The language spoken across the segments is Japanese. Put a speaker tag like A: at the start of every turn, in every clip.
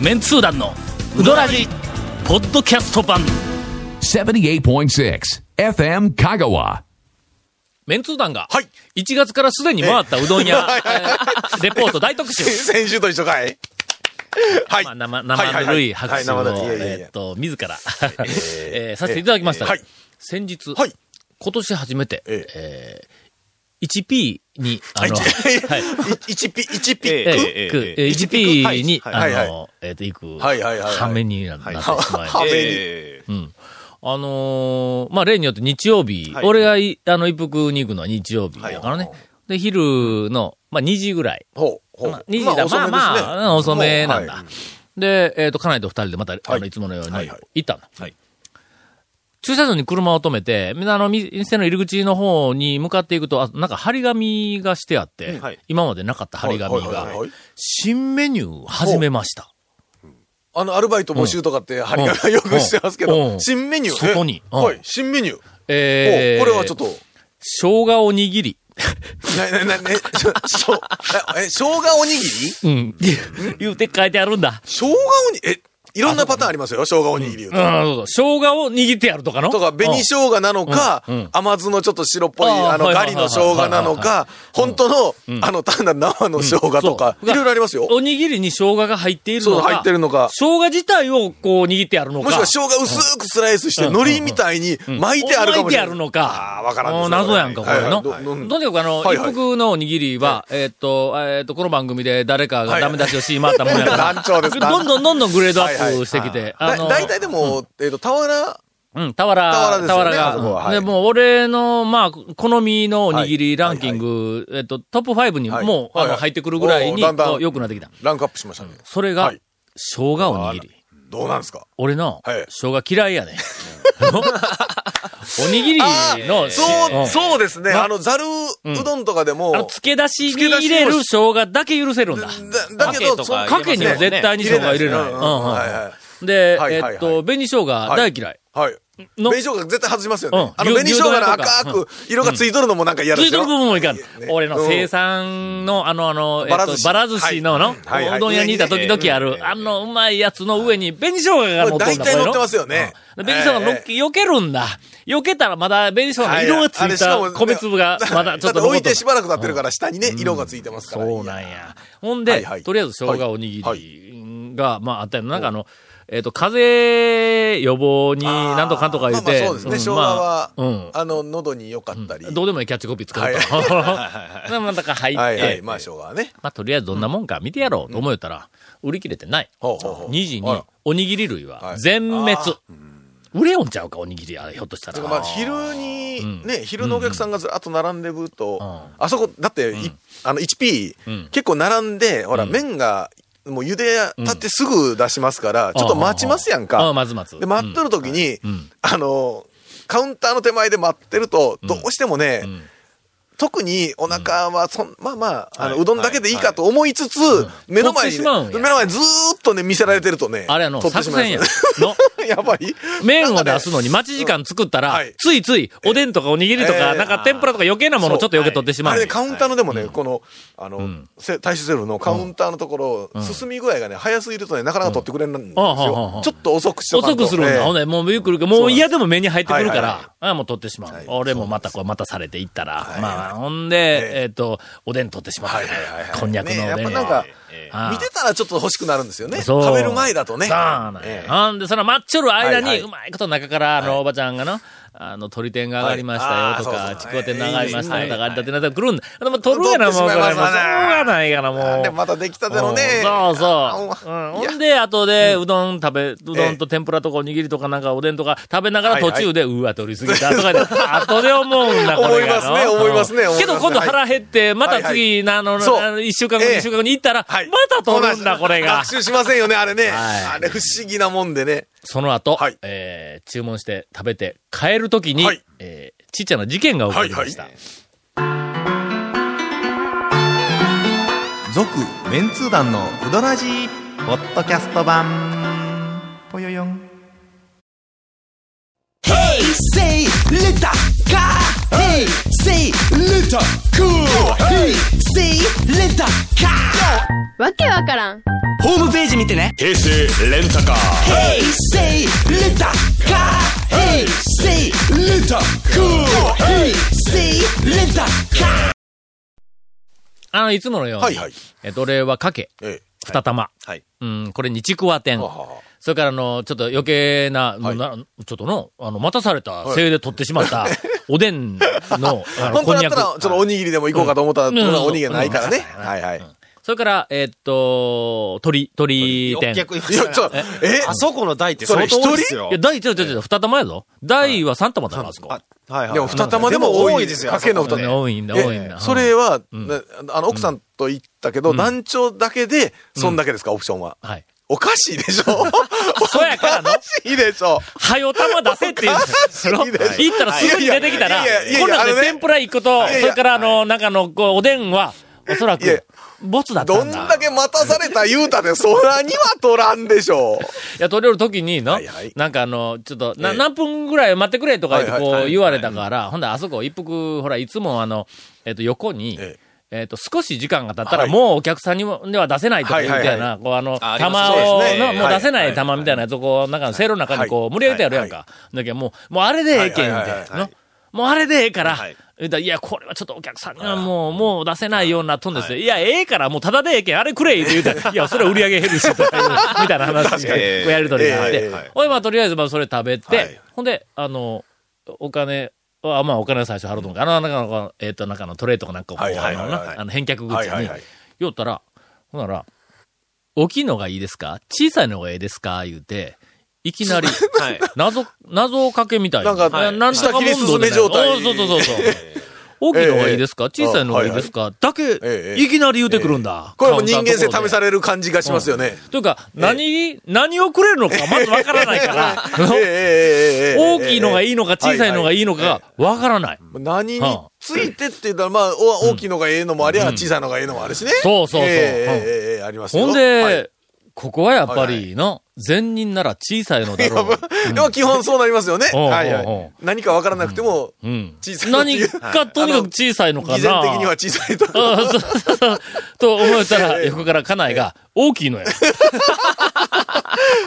A: メンツー団のウドラジポッドキャスト版
B: 78.6 FM Kagawa.
A: メンツー団が
C: はい
A: 1月からすでに回ったうどん屋、えー レポート大 特集
C: 先週と一緒か いはい。
A: まあ、生、生ぬるい拍手を、
C: はい、生ぬるい。いやいやい
A: えー
C: や
A: っと、自ら、 えーさせていただきましたが、
C: えーはい
A: 先日、
C: はい
A: 今年初めて、
C: え
A: えー 1P に、あの、
C: はい
A: はい、
C: 一ピ、一ピ
D: えええ
A: ク
D: ええ
A: 1P に、
C: はい
A: あ
C: はいはい
A: の、えーっと、行く、
C: はいはいはいはい
A: はめになってしまいました、
C: は壁に
D: ええ
A: あのーまあ、例によって日曜日、
D: はい
A: 俺がい、あの、一服に行くのは日曜日だからね。
C: はい
A: で、昼の、まあ、2時ぐらい。
C: ほう、ほ
A: まあ
C: う。、
A: 2時だ、まあ、まあ、うん遅めなんだ。
C: はい
A: で、えっ、と、家内と二人でまた、あ
C: は
A: の、
C: い
A: いつものように
C: はいはい
A: 行ったの。
D: はい
A: 駐車場に車を止めて、みんなあの、み店の入り口の方に向かっていくと、あなんか張り紙がしてあって、
D: んはい
A: 今までなかった張り紙
C: はいはいはい
A: が
C: はい、
A: 新メニュー始めました。
C: あの、アルバイト募集とかって、張り紙はよくしてますけ
A: う
C: ど、
A: ん
C: 新メニュー。
A: そこに
C: え
A: うん
C: はい、新メニュー。
A: え
C: え
A: ー、
C: これはちょっと、
A: 生姜おにぎり。
C: な、な、な、ね、しょ、しょ え、生姜おにぎり
A: うん。言うて書いてあるんだ。
C: 生姜おに、え、いろんなパターンありますよ、生姜おにぎり言う
A: うん、
C: と。
A: そうそう。生姜を握ってやるとかの
C: とか、紅生姜なのか
A: うんうん、
C: 甘酢のちょっと白っぽい、
A: あー
C: あの、
A: はいは
C: ガ
A: いはい
C: リの生姜なのか、本当の、あの、単なる生の生姜とか、
A: そう
C: いろいろありますよ。
A: おにぎりに生姜が入っているの
C: そう、
A: か。
C: 入ってるのか。
A: 生姜自体をこう握ってあるのか。
C: もしくは生姜薄くスライスして、
A: うん
C: 海苔みたいに巻いてあるかもしれな
A: 巻いてあ
C: い。
A: るのか
C: あーわからん
A: も
C: で
A: う
C: す
A: 謎やんか、こ
C: はい
A: れ
C: はい
A: の。
C: どどん
A: とにかくあの、
C: はい
A: 一
C: はい
A: 服のおにぎりは、えーっと、えーっと、この番組で誰かがダメ出しをしまったもんやから。
C: はい団長です団長
A: どんどんどんどんグレードアップしてきて。
C: だ
A: あの
C: 大体でも、えっと、俵、
A: うん、俵、俵
C: 俵ですよねあそこは
A: が。
C: は
A: で、
C: い
A: もう俺の、まあ、好みのおにぎりランキング、えっと、トップ5に
C: はい
A: もう、あ
C: はい
A: の、
C: はい
A: 入ってくるぐらいに、
C: おーだんだん
A: こう良くなってきた。
C: ランクアップしましたね。
A: それが
C: はい、
A: 生姜おにぎり。
C: どうなんですか
A: 俺の
C: はい、
A: 生姜嫌いやね ん。おにぎりの、
C: そ
A: ん
C: う、そうですね。
A: な
C: あの、ざるうどんとかで
A: あの、
C: も、
A: 漬け出しに入れる生姜だけ許せるんだ。
C: だだけ
D: かけ
C: ど、
D: と
C: そ
D: か
C: う
A: かけには絶対に生姜入れない。うん
C: う
A: うんん
C: はいはい。
A: で、
C: はいはいはい
A: えっと、紅生姜大嫌い。
C: はい。
A: の
C: 紅生姜絶対外しますよ
A: うん
C: ね。あの
A: 牛
C: 紅生姜
A: 牛
C: の
A: 丼とか
C: 赤く色がついとるのもなんか嫌
A: つ
C: で
A: い
C: して
A: る
C: ょ。
A: 部分もいかん。俺の生
C: 生産
A: 産の、あの、あの、えっ
C: ばら
A: と
C: 寿、司
A: ばら寿司の、の、
C: はいはい
A: おうどん屋にいた時々ある、あの、うまいやつの上に、紅生姜が乗っとんだ
C: 大体
A: これの
C: 乗ってますよね。
A: で紅生姜のっけ、避けるんだ。避けたらまだ紅生姜の色がつ
C: はいあれ
A: い
C: しかも
A: た米粒がまだちょっと
C: だって
A: 残
C: 置
A: っ
C: い
A: とる
C: てしばらく経ってるから下にね、色がついてますから。
A: そうなん
C: いや。
A: や。ほん
C: は
A: で
C: いは、い
A: とりあえず生姜おにぎりが、まああったよ。なんかあの、えっと、風邪予防になんとかんとか言う
C: まあ
A: て。
C: まあそうですね。
A: ん
C: 生姜は、
A: まあうん
C: あの、喉に良かったり。
A: どうでもいいキャッチコピー使
C: は
A: う
C: い
A: と。まあなんだか入
C: はいは
A: って
C: い。、まあ、生姜はね。
A: まあとりあえずどんなもんか見てやろうと思えたら、売り切れてない。
C: ほうほうほう
A: 2時
C: あ
A: に
C: ら、
A: おにぎり類
C: は
A: は、
C: い
A: 全滅。売れよんちゃうか、おにぎりは、ひょっとした
C: だ
A: ら。
C: からまあ、昼に、ね、昼のお客さんがずらっと並んでると、
A: ん
C: あそこ、だって、いあの、1P、結構並んで、ほら、麺が、もう茹でたってすぐ出しますから、ちょっと待ちますやん
A: あ
C: か。
A: あ、まずまず。
C: で、待っとる時に、
A: ん
C: あの、カウンターの手前で待ってると、どうしてもね、特にお腹はそん、まあまあ、あの、
D: はいう
C: どんだけでいいかと思いつつ、目の
A: 取って
C: 前にね、
A: しまうんや
C: 目の前にずーっとね、見せられてるとね、
A: あれやの、
C: 取って
A: 作
C: しま
A: 戦
C: い
A: や
C: ます。
A: の。
C: やばい
A: 麺を出すのに待ち時間作ったら、
C: はい
A: ついついおでんとかおにぎりとか、
C: えー
A: なんか天ぷらとか余計なものをちょっと余計取ってしま
C: あ
A: う。
C: れね、カウンターのでもね、この、あの、せ大衆セルフのカウンターのところ、進み具合がね、早すぎるとね、なかなか取ってくれないんで
A: うん
C: す
A: あはは
C: よ
A: は。
C: ちょっと遅くしとか
A: 遅
C: んと
A: くするん
C: え
A: だ。
C: え
A: ほんで、もうゆっくりく、もう嫌でも目に入ってくるか
C: はいはい
A: ら、ああもう取ってしまう。俺もまたこう、またされていったら、まあ、ほんで、
C: ええ
A: えっと、おでん取ってしまった
C: はいはいはいは。い
A: こんにゃくのおでん
C: ねやっぱ
A: を
C: なんか
D: ええ
A: ああ
C: 見てたらちょっと欲しくなるんですよね。
A: そう
C: 食べる前だとね。
A: そうなんや
C: ええ
A: ほんで、その待っちょる間に、
C: はいはいう
A: まいこと中から、あの、おばちゃんがの、あの、鳥天が上がりましたよと
C: はい
A: か、
C: あー
A: ち
C: そうそう
A: くわ天が上がりましたよとか、
D: は
A: あ
D: い
A: れだってなったら来るんだ。でも取るやな、もうこれ。もうしょう
C: 取ってしまいますわね
A: がないから、もう。
C: で、またできたてのね。
A: うんそうそう。
C: あ
A: うん
C: い
A: ほ
C: や
A: んで、あとで、うどん食べ、うどんと天ぷらとかおにぎりとかなんかおでんとか食べながら
C: はいは
A: 途
C: い
A: 中で、うわ、取りすぎたとか で、後で思うんだ、これがの。
C: 思いますね思いますね
A: うん
C: 思いますね
A: けど今度腹減って、また次、あの、
C: そう
A: あの一週間後、
C: ええ
A: 二週間後に行ったら、ま
C: はい
A: た取るんだ、これが
C: 学。習しませんよね、あれ
A: は
C: ね。
A: い
C: あれ不思議なもんでね。
A: その後
C: はい、
A: えー注文して食べて帰るときに
C: はい、
A: えーちっちゃな事件が起こりました
C: はい。
E: 続メンツー団のウドラジーポッドキャスト版ぽよよん
F: Say letter car. Hey, say letter cool. Hey, say letter car.
G: わけわからん
F: ホームページ見てね
D: 平成レンタカー
F: 「平成レタカー」「平成レタカー」「平成レタカー」
A: あの、いつものように、
C: はいはい。
A: えっと、俺はかけ、
C: ええ。
A: 二玉、
C: はい。
A: うん、これにちくわ天
C: は。はは
A: それから、あの、ちょっと余計な、
C: はい
A: なちょっとの、あの、待たされたせいで取ってしま った、おでんの、あの、
C: 本
A: こん
C: 当だ
A: に
C: った
A: ゃく。
C: ら、ちょっとおにぎりでも行こうかと思ったら、
A: うん
C: そんなおにぎりないからね。
A: うん
C: はいはい。
A: それから、えっと、鳥、鳥天。い
G: 600いま
C: いや、
G: し
C: ちょ
G: た
C: っと
G: ね、
C: え
G: あそこの台って相当多いですよ。
A: や、第一は、ちょ、ちょ、二玉やぞ。第は三玉だから、あそこ。
G: あはいはい。
C: でも二玉でも
G: でも
C: 多
G: 多
C: い
G: いですよ
C: かけの
G: あそ
C: 二
G: こ
C: 玉
G: ね。
A: 多いんだ、多いんだ。
C: そ
A: うん、
C: れは、
A: ん
C: なあの、奥さんと言ったけど、団長だけで、そんだけですか、オプションは。
A: はい。
C: おかしいでしょ
A: そやからの
C: おかしいでしょ
A: はよ玉出せって いう。その、
C: いいです
A: 行ったらすぐに出てきたら
C: いやいやいやい、や
A: こんなん
C: あ
A: で
C: のね
A: 天ぷら一個と、
C: いやいや
A: それからあの、なんかあの、こうおでんは、おそら
C: いや
A: く、ボツだった
C: ど
A: ん
C: ん
A: だ。
C: だけ待たされた言うたで、そらには取らんでしょ
A: いや、取れる時にの、
C: はいはい
A: なんかあの、ちょっと、な
C: ええ
A: 何分ぐらい待ってくれとか言って
C: はいはい
A: こ
C: は
A: う
C: い
A: 言われたから、ほんであそこ一服、ほら、いつもあの、えっ、と、横に、え
C: え
A: っと、少し時間が経ったら、
C: はい
A: もうお客さんにも、では出せないとかいうみたいな、
C: はいは
A: こうあの、
G: ああります
A: 玉を、
C: そうですね
A: の
C: ええ
A: もう出せ
C: はい
A: な
C: はいい
A: 玉みたいなやつをこう、なんか、せいろの中にこ
C: は
A: う、
C: い
A: 盛り上げてやるやんか。だけどもう、もうあれでええけん、み
C: はい
A: た
C: はい
A: な
C: いは
A: の。もうあれでええから、
G: はい
A: 言うたらいや、これはちょっとお客さんにはもう、もう出せないようになっとんですよ。いや、ええから、もうただでええけん、あれくれって言うたら、いや、それ は売り上げ減るし、とかいうみたいな話が、こうやりとりがあっ
C: え
A: て
C: えええ、
A: ほい、まあ、とりあえず、まあ、それ食べ
C: は
A: て
C: い、
A: ほんで、あの、お金、あまあ、お金は最初払うと思うから、あの、なんかの、えっと、なんかのトレーとかなんかをこう、
C: はい
A: あ
C: はいはい
A: の
C: はい
A: なあの、返却
C: う。
A: 口に、言うたら、ほんなら、大きいのがいいですか小さいのがええですか言うて、いきなり、
G: はい。
A: 謎、謎かけみたいな。
C: なんか
A: はいなんとか問答
C: 下切り進め状態
A: おーそうそうそうそう。大きいのがいいですか小さいのがいいですかだけ
C: え、え
A: いきなり言うてくるんだ。
C: これも人間性試
A: れ
C: される感じがしますよね。
A: というか、何、何をくれるのかまずわからないから、
C: ええええええええ
A: 大きいのがいいのか小さいのがいいのか
C: は
A: わからない。
C: 何についてって言ったら、まあ、お大きいのがええのもありゃ、小さいのがええのもあるしね。
A: そうそうそうう
C: ええ
A: ん
C: ええええありますよ
A: ほん
C: はい
A: で、ここはやっぱ
C: はい
A: り、の、善人なら小さいのだろう。
C: でも基本そうなりますよね。
A: うん
C: はいは
A: うんうん
C: い。何かわからなくても、
A: うん。
C: 小さいのって
A: 何
C: いう
A: かとにかく小さいのかな。
C: 偽善的には小さいと。
A: あそうそうそう。と思ったら、横から家内が、大きいのや。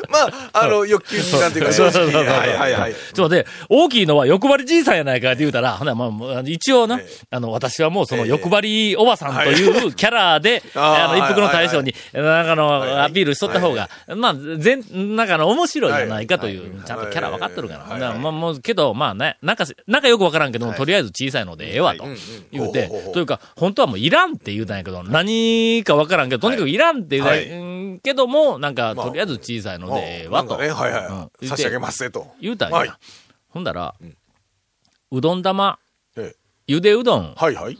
C: まあ、あの、欲求になんていうか、正
A: そうそう
C: 直
A: そう
C: に。
A: そう。
C: はいはいはい。
A: ちょっと待って、大きいのは欲張り小さいやないかって言うたら、ほな、まあもう、あの一応な
C: ええ、
A: あの、私はもうその欲張りおばさんというキャラで、あ
C: あー
A: の、一服の大将に、なんか
C: い
A: の、
C: はい
A: アピールしとった方が、まあ、全、なんかの面白いじゃないかとい
C: は
A: う、
C: い
A: ちゃんとキャラ分かっとるから。
C: は
A: ない
C: はい
A: まあ、もう、けど、まあね、なんか、なんかよく分からんけども、とりあえず小さいのでええわと
C: うんうん。
A: 言う
C: ほうほう
A: て
C: ほ、う
A: というか、本当はもういらんって言うたんやけど、何か分からんけど、とにかくいらんって言うたんやうんけども、なんか、
C: まあ
A: とりあえず小さいの
C: うん
A: でええわ
C: な
A: と
C: んか。ね、はい
A: うん
C: はい。
A: 言うて
C: 差し上げますぜと。
A: 言うたんや。
C: はい
A: ほんだら、うどん玉、
C: ええ
A: ゆでうどん、
C: はいはい。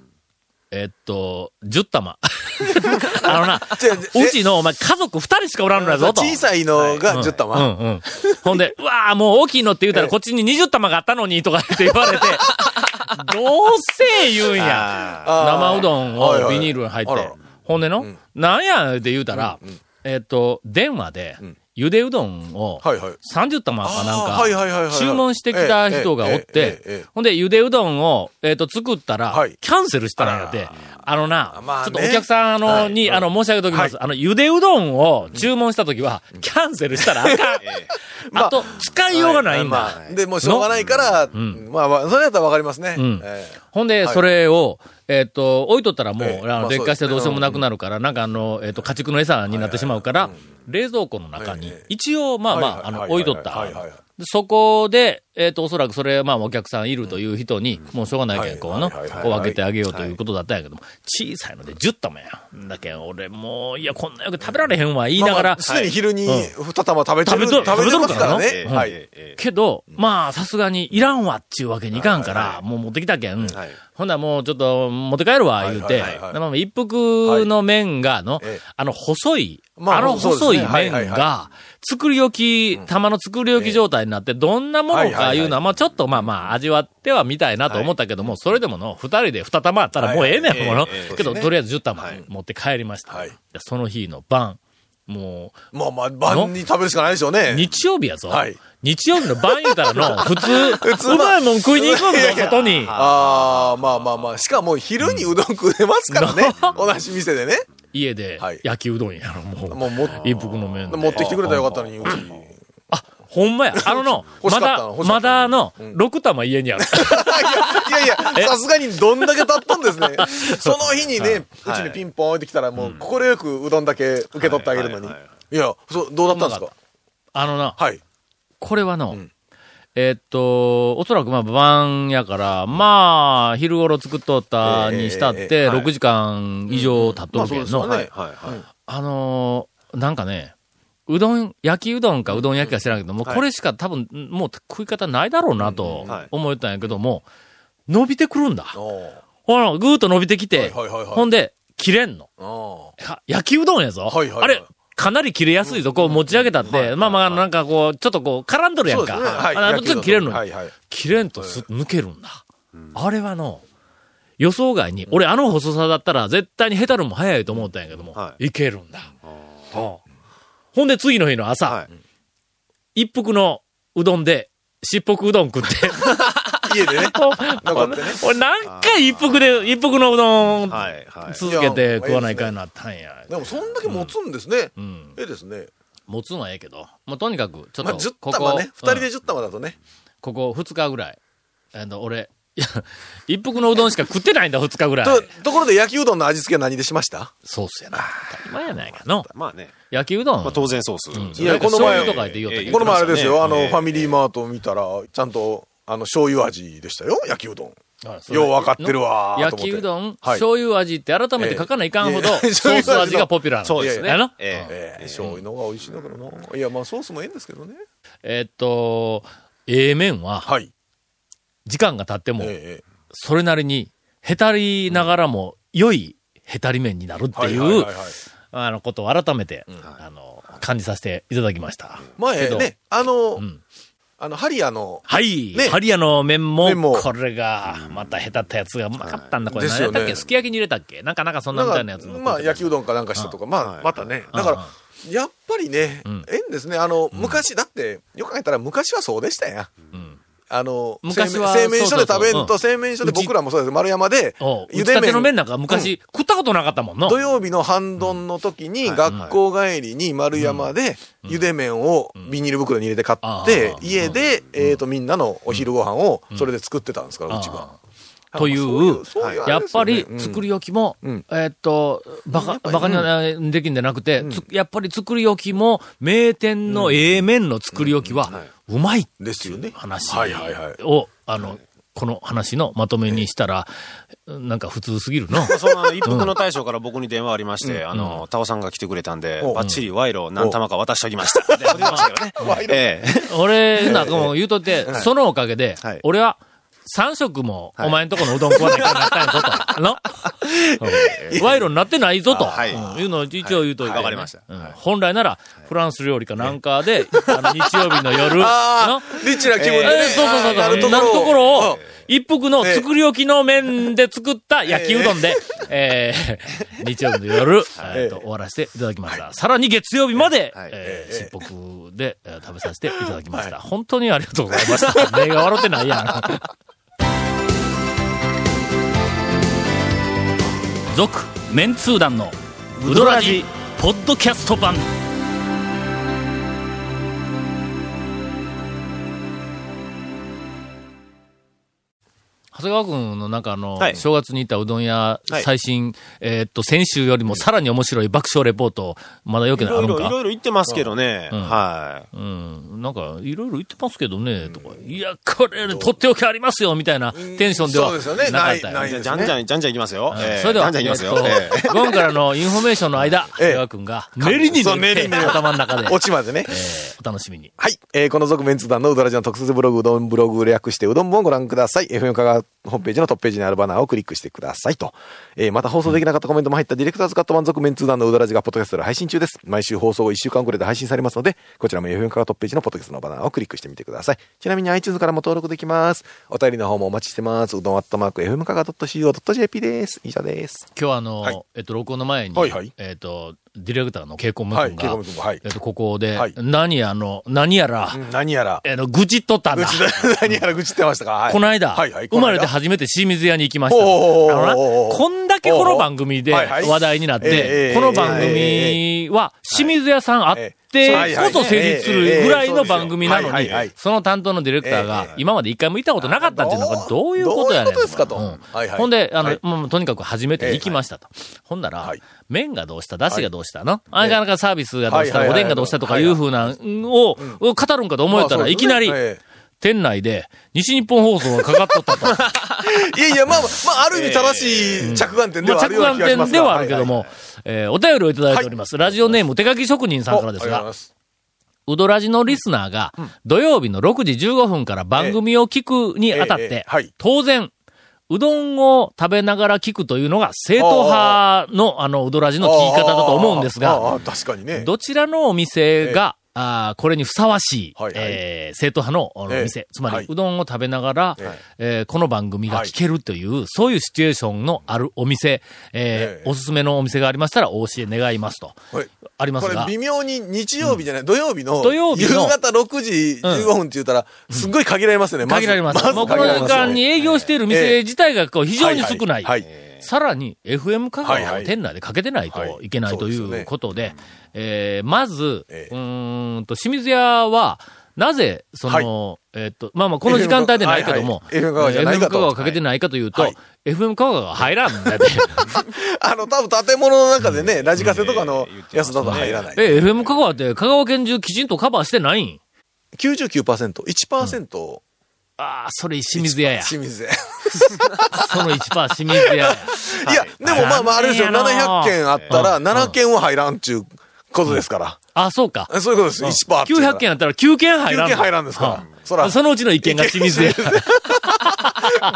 A: えっと、10玉。 あの な、
C: じゃあえ
A: うちの、お前家族2人しかおらんのやぞと。
C: 小さいのが10玉。
A: うんうん。ほん で、うわあもう大きいのって言うたら、こっちに20玉があったのに、とかって言われ て、どうせ言うんや。
C: あ
G: あ
A: 生
C: ー
A: うどん
C: はい
A: を
C: はい
A: ビニールに入って、
C: あら
A: ほんでの、
C: ん
A: なんやって言うたら、えっと、電話で
C: ん、
A: ゆでうどんを、
C: はいはい。
A: 30玉かなん
C: あーはいはいはい
A: か
C: は、い
A: 注文してきた人がおっ
C: えええええ
A: て
C: え、
A: ほんで、ゆでうどんを、えっと、作ったら
C: はい、
A: キャンセルしたらやって、あのな
C: ま、あ
A: ちょ
C: ね
A: っとお客さんあ
C: は
A: の
C: い
A: に、あの、申し上げておきます。あの、ゆでうどんを注文したときは、キャンセルした らあかん。
C: まあ
A: あと、使いようがないん
C: は
A: だ
C: ま。あで、もうしょうがないから、まあまあ、それやったらわかりますね。
A: ん
C: ええ
A: ほんで、
C: はい
A: それを、えっと、置いとったらも
C: え
A: う、
C: え
A: あ
C: ま
A: の、
C: あ
A: 劣化して
C: そう
A: ど
C: で
A: う
C: すね
A: しようもなくなるから、なんかあの、えっと、家畜の餌になってしまうから、冷蔵庫の中に
C: ええ、
A: 一応、まあまあ、
C: は
A: あ
C: いはい
A: の
C: は、い
A: 置いとっ
C: はい
A: た
C: はいはい。
A: でそこで、えっ、と、おそらくそれ、まあ、お客さんいるという人に、もうしょうがないけん、
C: はい
A: こうの、
C: はいはいはい
A: こう分けてあげようということだったんやけども、小さいので10玉やん。だけん、俺もう、いや、こんなよく食べられへんわ、言いなが
C: まあま
A: ら
C: あ、すでに昼に二玉食べてる、
A: 食べとる
C: 食べてますから
A: 食べ
C: ね。
G: ー
C: はい。
G: えーえ
A: けど、まあ、さすがに、いらんわっちゅうわけにいかんから、もう持ってきたけん、
G: はい
A: ほんならもうちょっと、持って帰るわ、言うて
C: はいはいはいは、い
A: でまあ一服の麺が、の
C: ええ、
A: あの、細い、
C: まあ
A: あの
C: そ
A: 細
C: う
A: い
C: ですねはいはい
A: 麺が、作り置き、玉の作り置き状態になって、どんなものかいうの
C: はいはいは
A: は、
C: い
A: まあちょっとまあまあ、味わってはみたいなと思ったけども、それでもの、二人で二玉あったらもうええねん、もうの
G: ええええ。
A: けど、とりあえず10玉
G: はい
A: 持って帰りました
C: はい。
A: でその日の晩、もう、
C: まあまあ、晩に食べるしかないでしょうね。
A: 日曜日やぞ。
C: はい
A: 日曜日の晩言うたら の、普通、
C: 通は
A: うまいもん食いに行くんぞ
C: いや、いや
A: 外に。
C: ああ、まあまあまあ。しかも昼にうどん食えますからね。同じ店でね。
A: 家で
C: はい、
A: 焼きうどんやろ、もう。
C: もうも
A: 一服の麺で。
C: 持ってきてくれたらよかったのに、うちに。、
A: あ、ほんまや。あのの
C: 欲
A: ま
C: しかった
A: だ
C: の、欲しか
A: ま
C: った
A: だ
C: の
A: の、
C: うん
A: 6玉家 にある。
C: いやいや、さすがにどんだけ経ったん ですね。その日にね、うちにピンポン置いてきたら、もう、快くうどんだけ受け取ってあげるのに。
G: はいはい
C: いや、そう、どうだったんですか
A: あのな、
C: はい。
A: これはの、
C: ん
A: えーっと、おそらくまあ晩やから、まあ、昼頃作っとったにしたっ
C: え
A: て、6時間以上経っとるけどの、
G: はいはいはい。
A: あのーなんかね、うどん、焼きうどんかうどん焼きか知らんけども、
G: はい
A: これしか多分、もう食い方ないだろうなと
G: はい
A: 思ったんやけども、伸びてくるんだ。
C: おー
A: ほら、ぐーっと伸びてきて、
C: はいはいはいはい
A: ほんで、切れんの。
C: お
A: か焼きうどんやぞ。
C: はいはいはい
A: あれ、かなり切れやすいぞ。こう持ち上げたって、まあまあ、なんかこう、ちょっとこう、絡んどる
C: ー
A: やん
C: そうで
A: か。
C: すね。はい。
A: あもちろん切れるのに。
C: はいはい。
A: 切れんとすっ抜けるんだ。あれはの、予想外に、俺あの細さだったら絶対にヘタるも早いと思ったんやけども、、
G: はい
A: けるんだ。うんほんで次の日の朝、
G: は
A: 一服のうどんで、しっぽくうどん食って。
C: 家 でね。残ってね。
A: 俺何回一服で、一服のうどん
G: はいはい。
A: 続けて食わないかいなったんや。
C: でも、そんだけ持つんですね。
A: うん。
C: ええですね。
A: 持つのはええけど、もうとにかく、ちょっ
C: まあ、
A: と
C: 10、
A: こ
C: 玉
A: こ、
C: ね。2人
A: うん
C: で10玉だとね。
A: ここ2日ぐらい、あの、俺、いや一服のうどんしか食ってないんだ、2日ぐらい。
C: と、ところで焼きうどんの味付けは何でしました
A: ソースやな。当たり前やないかの。
G: まあね。
A: 焼きうどん。
G: まあ当然ソースです
A: い
G: よ
A: や、
G: ね。
A: この
C: この
A: 前
C: 前
A: とか言って言おったけ
G: え
A: ど
C: この前あれですよ、あ
G: え
C: の、
G: え
C: ファミリーマートを見たら、ちゃんと、あの、醤油味でしたよ、焼きうどん。
A: あそうだ
C: よう分かってるわーと
A: 焼
C: 思って
A: きうどん、
C: はい
A: 醤油味って改めて書かないかんほど、
C: ええいや
A: ソース味がポピュラーな
G: そうです
A: や
G: ね
A: な。
G: え
C: え
G: え
C: え醤油の方が美味しいのかな。いや、まあ、ソースもいいんですけどね。
A: えっと、ええ麺は、
C: はい。
A: 時間が経っても、
C: ええ
A: それなりに、へたりながらも、良いへたり麺になるって
C: はいいはいは
A: う
C: い、はい
A: あの、ことを改めて、あの、感じさせていただきました。け
C: 前
A: ど
C: ね、あの、
A: ん
C: あの、ハリアの、
A: はい。
C: ね
A: ハリアの麺も、
C: 麺も
A: これが、また下手ったやつがうまかったんだ。これ
C: です
A: 何やっ
C: よね
A: たっけすき焼きに入れたっけなんかなんかそんな
C: なん
A: みた
C: か
A: いなやつの
C: まあ、焼きうどんかなんかしたとか、まあ、またね。だから、やっぱりね、
A: うん
C: ええんですね。あの、昔、だって、よく考えたら昔はそうでしたやん。
A: ん
C: あの、
A: 昔は
C: 製麺製麺所で食べ
A: そ
C: ん
A: うそうそうう
C: と、
A: ん
C: 製麺所で僕らもそうです。丸山で
A: おう、
C: ゆ
A: 打ち
C: で
A: たて
C: 麺
A: の。麺なんか昔、食ったことなかったもんな。
C: 土曜日の半ドンの時に、学校帰りに丸山で、ゆで麺をビニール袋に入れて買って
A: あ、ー
C: 家で、えっと、みんなのお昼ご飯をそれで作ってたんですから、うちが。
A: あーという
C: そういうあれ
A: やっ
C: ですよ
A: ぱ
C: ね
A: り
C: う、ん
A: 作り置きも、
C: うん
A: えーっと、バ
C: や
A: カ
C: っ、ぱり
A: バカにはできんじゃなくて、つやっぱり作り置きも、名店のええ麺の作り置きは、うまい
C: ですよね。
A: 話
C: はいはいはい。
A: を、あの、この話のまとめにしたら、なんか普通すぎる の。
G: その一服の大将から僕に電話ありまして、あの、タオさんが来てくれたんで、
C: お
G: バッチリ賄賂を何玉か渡しておきました。みたいなこと言いましたけどね。 ええ
A: 俺なんかも言うとって、そのおかげで
G: はい、
A: 俺は、3食も、お前んとこのうどん食わないからなったんやぞと。 のうん賄賂になってないぞと。
G: あはい
A: うんいうのを一応言うといてね
G: はいわかりました
A: うん本来なら、フランス料理かなんかで、あの日曜日の夜、の
C: ああ、リッチな気分でね。
A: えーそうそうそうそう。
C: な
A: なる
C: る
A: と
C: と
A: ころ
C: ころ
A: を
C: を、
A: 一服の作り置きの麺で作った焼きうどんで、 えー日曜日の 夜、えーと終わらせていただきました。さらに月曜日まで、
G: はい
A: えーしっぽくでえー食べさせていただきました。本当にありがとうございました。目が笑ってないやん。続、メンツー団の、ウドラジ、ポッドキャスト版。長谷川君のなんかあの、
G: はい
A: 正月に行ったうどん屋、
G: はい
A: 最新、えーっと、先週よりもさらに面白い爆笑レポート、まだよ
G: い
A: けないあ
G: ろい
A: るん
G: ろ、いろ
A: か
G: いろ言ってますけどね。
A: ん
G: は
A: うん。なんか、いろいろ言ってますけどね、とか、いや、これ、とっておきありますよ、みたいなテンションでは
C: そうですよ
A: なかっ
C: ね
A: たよ。
C: ない
G: い。
C: いで
G: じゃ
C: す
G: あ、
C: ね
G: じゃんじゃん、じゃんじゃんいきますよ。
A: うん
G: ええ
A: それで
G: じ
A: は、
G: ゃんじゃんいきますよ。
A: え
G: え
A: っと、ゴンからのインフォメーションの間、長 谷川君が、メリに
C: そう
A: 練って
C: 練りに
A: 頭の中で、
C: 落ち までね。
A: えーお楽しみに。
C: はい。えーこの続メンツ団のうどらじの特設ブログ、うどんブログ略してうどんもご覧ください。FM 香川ホームページのトップページにあるバナーをクリックしてくださいと。えーまた放送できなかったコメントも入ったディレクターズカット満足メンツ団のうどらじがポッドキャストで配信中です。毎週放送後1週間くらいで配信されますので、こちらも FM 香川トップページのポッドキャストのバナーをクリックしてみてください。ちなみに iTunes からも登録できます。お便りの方もお待ちしてます。うどんアットマーク FM 香川 .co.jp です。以上です。
A: 今日はあの、
C: はい
A: えっと、録音の前に、
C: はいはい
A: えっと、ディレクターのケイコム
C: はい
A: 君が、
C: ケイコム君がはい
A: えっと、ここで、
C: はい
A: 何あの、何やら、
C: うん何やら。
A: えの、愚痴っとったん
C: 愚
A: だ。
C: 痴だ何やら愚痴ってましたか、はい、
A: この間、
C: はいはい、
A: 生まれて
C: この間
A: 初めて清水屋に行きました。あ
C: おー
A: のな
C: おー
A: こんだけこの番組で
C: おーはいはい
A: 話題になって、
C: ええ
A: この番組は清水屋さんあってこそ成立するぐらいの番組なの
C: はい
A: に
C: はいはい、
A: その担当のディレクター
C: ええ
A: が今まで一回も行ったことなかったっていうのがどういうことやねん。
C: どういうことですかと
A: ん
C: はいはい
A: ほんで、あの
C: はい、
A: もうとにかく初めて行きましたと。ほんなら
C: はい、
A: 麺がどうした、出汁がどうしたの、あれがなんかサービスがどうし
C: はい
A: た、
C: はい
A: お
C: はい
A: でんがどうしたとかいうふうなのをを語るんかと思えた
C: まあそうです
A: ら
C: ね
A: いきなり、
C: え
A: 店内で、西日本放送がかかっとったと。まあ、
C: えいやいや、まあまあ、まあ、ある意味正しい 着眼点ではある
A: 着
C: ような
A: 眼
C: 気がしま
A: 点
C: す
A: で
C: が
A: はあるけども、えーお便りをいただいております。ラジオネーム手書き職人さん
C: はい
A: か
C: は
A: ら
C: い
A: で
C: はい
A: す
C: お
A: がう
C: ありがとうございま、す
A: どらじのリスナーが、土曜日の6時15分から番組を聞くにあたっ
C: ええええ
A: て
C: はい、
A: 当然、うどんを食べながら聞くというのが正統派のあのうどらじの聞き方だと思うんです
C: あああ
A: が
C: あ、確かにね。
A: どちらのお店が、あーこれにふさわしい、
C: はいはい
A: えー正統派のあの
C: ええ
A: 店、つまり、
C: はいう
A: どんを食べながら、
C: え
A: えーこの番組が聞けるという、そういうシチュエーションのあるお店、えー
C: ええ
A: おすすめのお店がありましたら、お教え願いますと、
C: はい
A: ありま
C: こ
A: す
C: れ
A: が、
C: 微妙に日曜日じゃない、土曜日の、
A: 土曜日の
C: 夕方6時15分って言ったら、すっごい限られますよね、ず
A: 限られます。もうこ
C: 限
A: の
C: られ
A: 時
C: ますよね
A: 間に営業している店自体がこう非常に少ない。
C: はいはいはい
A: さらに FM 香
C: はい
A: 川
C: は
A: を
C: い
A: 店内でかけてない
C: はい
A: といけないと
C: そうです
A: い
C: ね
A: うことで、えーまず、
C: ええ
A: うーんと、清水屋は、なぜ、その、えっと、まあまあ、この時間帯でないけども、
C: はいはい FM 香川じゃないかと
A: FM 香川かけてないかというと、
C: はい
A: FM 香川が入らんだって。
C: あの、多分建物の中でね、ラジカセとかの
G: ええ言ってま
C: や
G: す
C: つ
G: ね
C: だと入らない。
A: え、FM 香川って香川県中きちんとカバーしてないん
C: 99%、1%、
A: ああ、それ清水 屋や。そ
C: 清水で。
A: の1%清水屋や。
C: いや、でもまあまあ、あれですよ、
A: 残念やな
C: 700件あったら、
A: うん
C: 7件は入らんっちゅうことですから。
A: あ、そうか。
C: そういうことです、1%っていうのは。
A: 900件あったら9件入らんの。
C: 9件入らんですから
A: はあ
C: そら
A: そのうちの1件が清 水屋。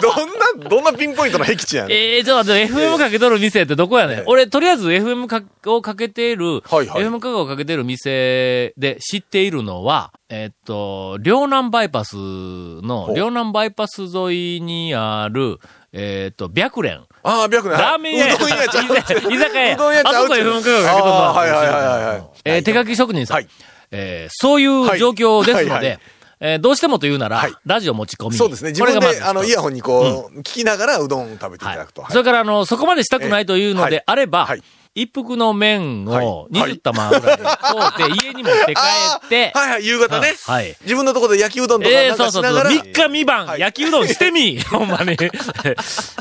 C: どんな、どんなピンポイントの僻地やねん。
A: ええー、ちょっと待って、FM かけとる店ってどこやねん。俺、とりあえず FM かをかけている、
C: はいはい
A: FM 香川をかけている店で知っているのは、えっと、両南バイパスの、
C: う
A: 両南バイパス沿いにある、えっと、白蓮。
C: ああ、白ね。
A: ラーメン屋や。
C: うどん屋ちゃう
A: 居酒屋居酒屋
C: うどん屋ち
A: あ
C: ゃう
A: そこ FM 香川かけとる
C: あーはいはいはいはい。
A: えー手書き職人さん。
C: はい
A: えーそういう状況ですので、
C: はいはいはい
A: えーどうしてもというなら、
C: はい
A: ラジオ持ち込み。
C: そうですね。自
A: これ
C: 分
A: がま
C: で、
A: ず
C: あの、
A: 一つ
C: イヤホンにこう、聞きながらうどんを食べてい
A: は
C: た
A: い
C: だくと。
A: それから、あの、そこまでしたくないというのであれば、
C: はい
A: 一服の麺を
C: はい
A: 20玉ぐらいで買うて、家に持って帰って、
C: はいはい、夕方ね。
A: はいはい
C: 自分のところで焼きうどんとか
A: ええ
C: なん
A: そう
C: か
A: そ
C: し
A: うそ
C: な
A: う。
C: がら。
A: 3日三晩、
C: はい
A: 焼きうどんして みほんまに。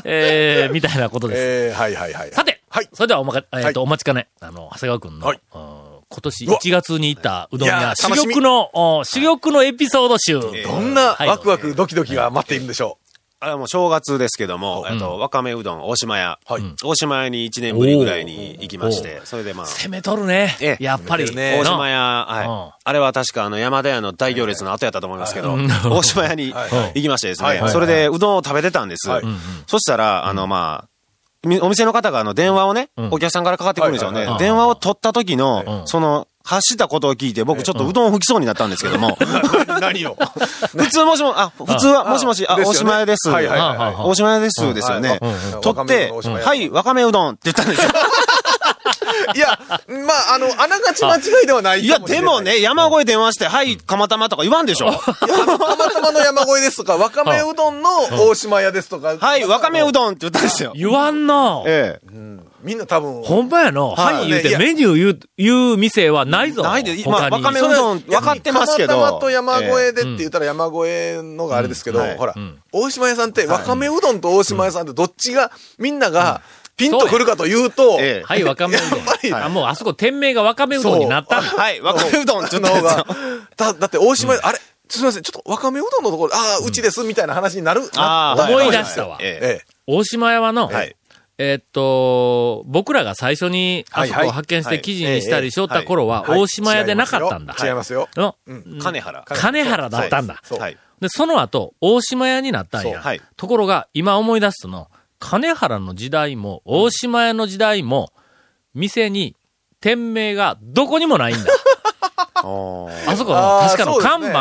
A: えーみたいなことです。
C: えーはいはいはい。
A: さて、
C: はい。
A: それではおまか、えっ、と、
C: は
A: お待ちかね、あの、長谷川くんの、
C: はい
A: うん今年
C: うわ
A: 1月に行ったうどん
C: いや
A: 屋、
C: ー
A: 珠
C: 楽しみ
A: 玉の、お珠玉のエピソード集。
C: どんな
A: はい
C: ワクワクドキドキが待っているんでしょ
G: あれはもう正月ですけども、えっと、わかめうどん大島屋。大島屋に1年ぶりぐらいに行きまして、それでまあ、
A: 攻めとるね。
G: ええ
A: やっぱり。
C: 攻めてるね
G: 大
A: な
G: 島屋、
A: うん
G: はい。あれは確かあの山田屋の大行列の後やったと思いますけど、
A: ん
G: 大島屋に行きましてです
C: はいは
G: ね、
C: い
G: それでうどんを食べてたんです。そしたら、あのまあ、みお店の方があの電話をね、お客さんからかかってくるんですよ
C: はい
G: ね
A: はいは。い
G: 電話を取った時
A: う
G: の、
A: ん
G: その、走ったことを聞いて、僕ちょっとうどんを吹きそうになったんですけども、
C: う。何を。
G: 普通もしも、あ、普通は、もしもし、あ、
C: ですよね
G: 大島屋です。
C: はいはい
A: はいはい
G: 大島屋です。ですよね
C: うんうん。
G: 取
C: わかめ
G: って、
C: うどん大島屋
G: はい、わかめうどんって言ったんですよ。
C: いや、まあ、あの、あながち間違いではない
G: いや、
C: かもしれ
G: で
C: ない。
G: もね、山越え電話して、はい、釜玉とか言わんでしょ。
C: いや。たまたまの山越えですとか、わかめうどんの大島屋ですとか。
G: はい、わかめうどんって言ったんですよ。
A: 言わんの。
G: え
C: みんな多分。
A: ほんまやの。
G: はい
A: はい、言う
C: い
A: て、
C: や
A: メニュー言う、言う店はないぞ。
G: ないで
A: 他に
G: まあわかめ
A: そ
G: は
A: う
G: うどん分かってますけど
C: たまたまと山越えでって言ったら山越えのがあれですけど、
G: うんはい
C: ほら、大島屋さんって、わかめうどんと大島屋さんってどっちが、みんながピンとくるかというと、
G: ええ
A: はい、わかめう
C: やっぱ
A: ど
C: り
A: ん。あ、もうあそこ店名がわかめうどんになったんだ
G: え。はい、わかめうどんって言
C: の
G: っ
C: 方
G: た んですよ
C: が。、だ、だって大島屋、あれすみません、ちょっとわかめうどんのところ、ああ、うちです、みたいな話になる。
G: あ
C: な
G: ー
A: 思い出したわ。
G: ええ
C: え
A: 大島屋はの、
G: はい
A: えーっと、僕らが最初にあ
C: はい
A: そ
C: はい
A: こを発見して記事にしたりしょった頃は、
C: えはい
A: 大島屋でなかったんだ。
C: 違いますよ
A: の
G: 金原。
A: 金原だったんだ。
C: そう
G: はい。
A: で、その後、大島屋になったん
G: そ
A: や。
G: うはい
A: ところが、今思い出すの、金原の時代も、大島屋の時代も、店に、店名がどこにも ないんだ。
G: おー
A: あそこ
C: え
A: の、
C: あー
A: 確かの
C: そうです
A: 看
C: ね
A: 板、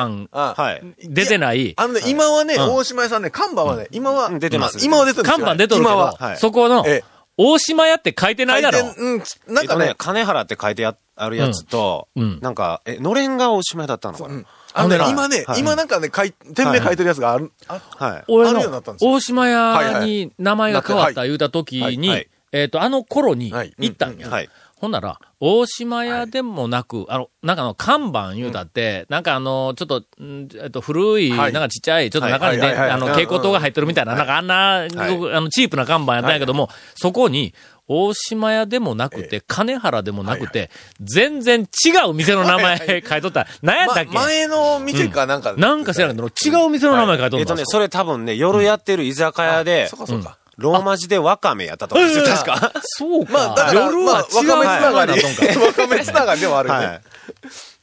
C: あー
G: はい。
A: 出てない、
C: あのね、今はね、
A: うん
C: 大島屋さんね、看板はね、今は
G: う、ん出てます
C: 今は出てるんですよ
A: 看板出とるけ
C: 今
A: ど
C: は、
G: はい
A: そこの
C: ええ、
A: 大島屋って書いてないだろ。
C: 回転うん、なんか
G: えっ
C: ね
G: と、金原って書いてああるやつと、
A: うんうん
G: なんか、え、のれんがおしまいだったのかな、
C: あのね
G: はい
C: 今ね、
G: はい
C: 今なんかね、かい店名書いてるやつがある、あ
G: はい。
A: 俺
C: あるようにな
A: の
C: ったんですよ
A: 大島
C: はい
A: 屋
C: は
A: に名前が変わった言うた時
G: はい
A: に
G: はい、
A: えっと、あの頃に
C: はい
A: 行ったんや。
G: はい。
A: ほんなら、大島屋でもなく、あの、なんかあの、看板言うたって、なんかあの、ちょっと、んえっと、古い、な
C: は
A: ん
C: い
A: かちっちゃい、ちょっと中にね、
C: はいはいはいは
A: あ
C: い
A: の、
C: うん
A: 蛍光灯が入ってるみたいな、なんかあんな、
G: い
A: ごくあの、チープな看板やったんやけども、そこに、大島屋でもなくて、金原でもなくて、全然違う店の名前書いとった。何やったっ
C: ま
A: け
C: 前の店かなんか、
A: なんか知らんけど、違う店の名前書いとっ
G: えっと
A: た。
G: ね、それ多分ね、夜やってる居酒屋で、
C: そうかそうか。
G: ローマ字でワカメやったと思うんですよ、確か。
A: そうか。
C: まあ、だから、
A: 夜
C: まあ、
A: は
C: わ
A: 違う
C: かめつながり、
A: 名前だとんか
C: わかめつながりでもあるよね。
G: はい。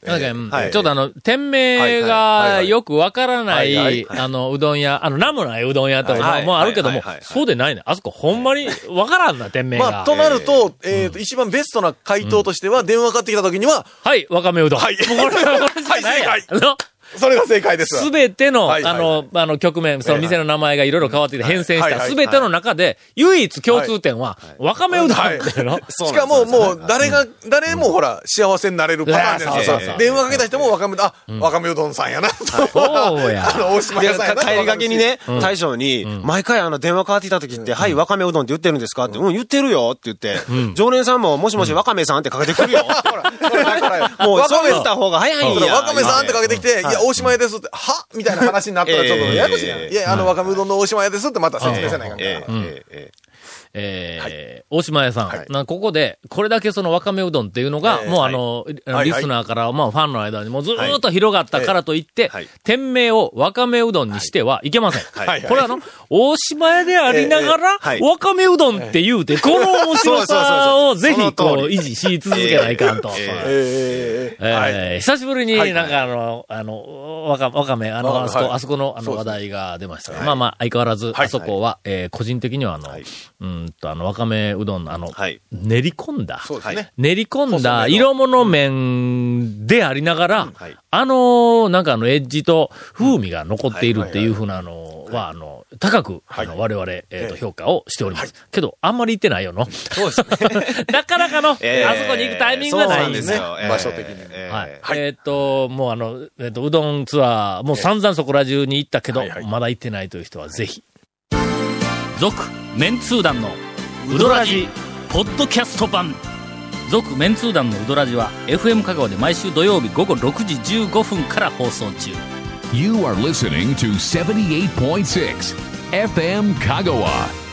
A: なんかうん
G: はい
A: ちょっとあの、店名
C: はいはいはい
A: が
C: はい
A: よくわからな、
C: はいはいい
A: あの、うどん屋、あの、ラムないうどん屋とか
G: はい
A: ももうあるけど
G: は
A: も
G: いはいはい、はい
A: そうでないね。あそこほんまにわからんな、店名
C: まあ、
A: が。
C: となると、えっと、一番ベストな回答としては、電話かかってきた時には、
A: はい、わかめうどん。
C: はい
A: もうこれはこれしかないやん
C: はい
A: あの
C: それが正解ですわ。
A: すべての、あ
C: はいはいはい
A: の、あの、局面、その店の名前がいろいろ変わってきて変遷し
C: はい
A: た。
C: はい
A: すべての中で、唯一共通点は、わかめうどんっていうの。
C: しかも、もう、誰が、誰もほら、幸せになれるパターンじゃないです
G: うんそうそうそ
C: か。
G: う
C: 電話かけた人も、わかめ、あ、わかめうどんさんやな、
A: そうや
C: あの、大島
G: で
C: 屋さんや
G: か
C: な。
G: 帰りがけにね、大将に、毎回あの電話かかってきた時って、はい、わかめうどんって言ってるんですかって、うん、言ってるよって言って、常連さんも、もしもしわかめさんってかけてくるよ。 もう、
C: わか
G: そう
C: め
G: やった方が早いんや。
C: わかめさんってかけてきて、いや、大島屋ですって、はみたいな話になったら、ちょっとややこしいやん。
G: ええ
C: いや、あの、わかめうどんの大島屋ですって、また説明せないかんから
G: えええええ
A: えー大島屋さん、なここで、これだけそのわかめうどんっていうのが、
C: えー
A: もうあの、
C: はい
A: リスナーから、まあファンの間にもずーっと広がったからといって、
G: はい
A: 店名をわかめうどんにしてはいけません。
G: いはい
A: これあの、大島屋でありながら、
G: えーえーはい
A: わかめうどんって言うて、この面白さを
G: そうそ
A: ぜ
G: うそうそ
A: ひこ
G: うその
A: う
G: 通り
A: 維持し続けないかんと。
G: ええ
A: えー
C: ええええええはい
A: 久しぶりに
C: はい
A: なんかあの、あの、わか、わかめ、あの、あ
C: わ
A: そ
C: かめ
A: こ、
C: はい
A: あそこのあ
C: そ
A: の
C: うで
A: 話
C: すね
A: 題が出ましたが。まあまあ、相変わらず、あそこは、えー個人的にはあの
G: はい、
A: うんと、あの、わかめうどんのあの、
G: はい。
A: 練り込んだ、
C: そうですね。
A: 練り込んだ
C: 細めの
A: 色物麺でありながら
G: はい、
A: あのー、なんかあの、エッジと風味が残っているっていうふうなのは、あの、高く、あの、我々、えっと、評価をしております。けど、あんまり行ってないよの。そうですね。 なかなかの、あそ
G: ええ
A: こに行くタイミングがないんですね。
G: そうな
C: 場所的にね
G: ええ
A: はい
G: はい
A: えーっと、もうあの、えーっと、うどんツアー、もう散々そこら中に行ったけど、まだ行ってないという人はぜひ。続、メンツー団の、ウドラジ、ポッドキャスト版。続、メンツー団のウドラジは、FM 香川で毎週土曜日午後6時15分から放送中。
B: You are listening to 78.6 FM Kagawa.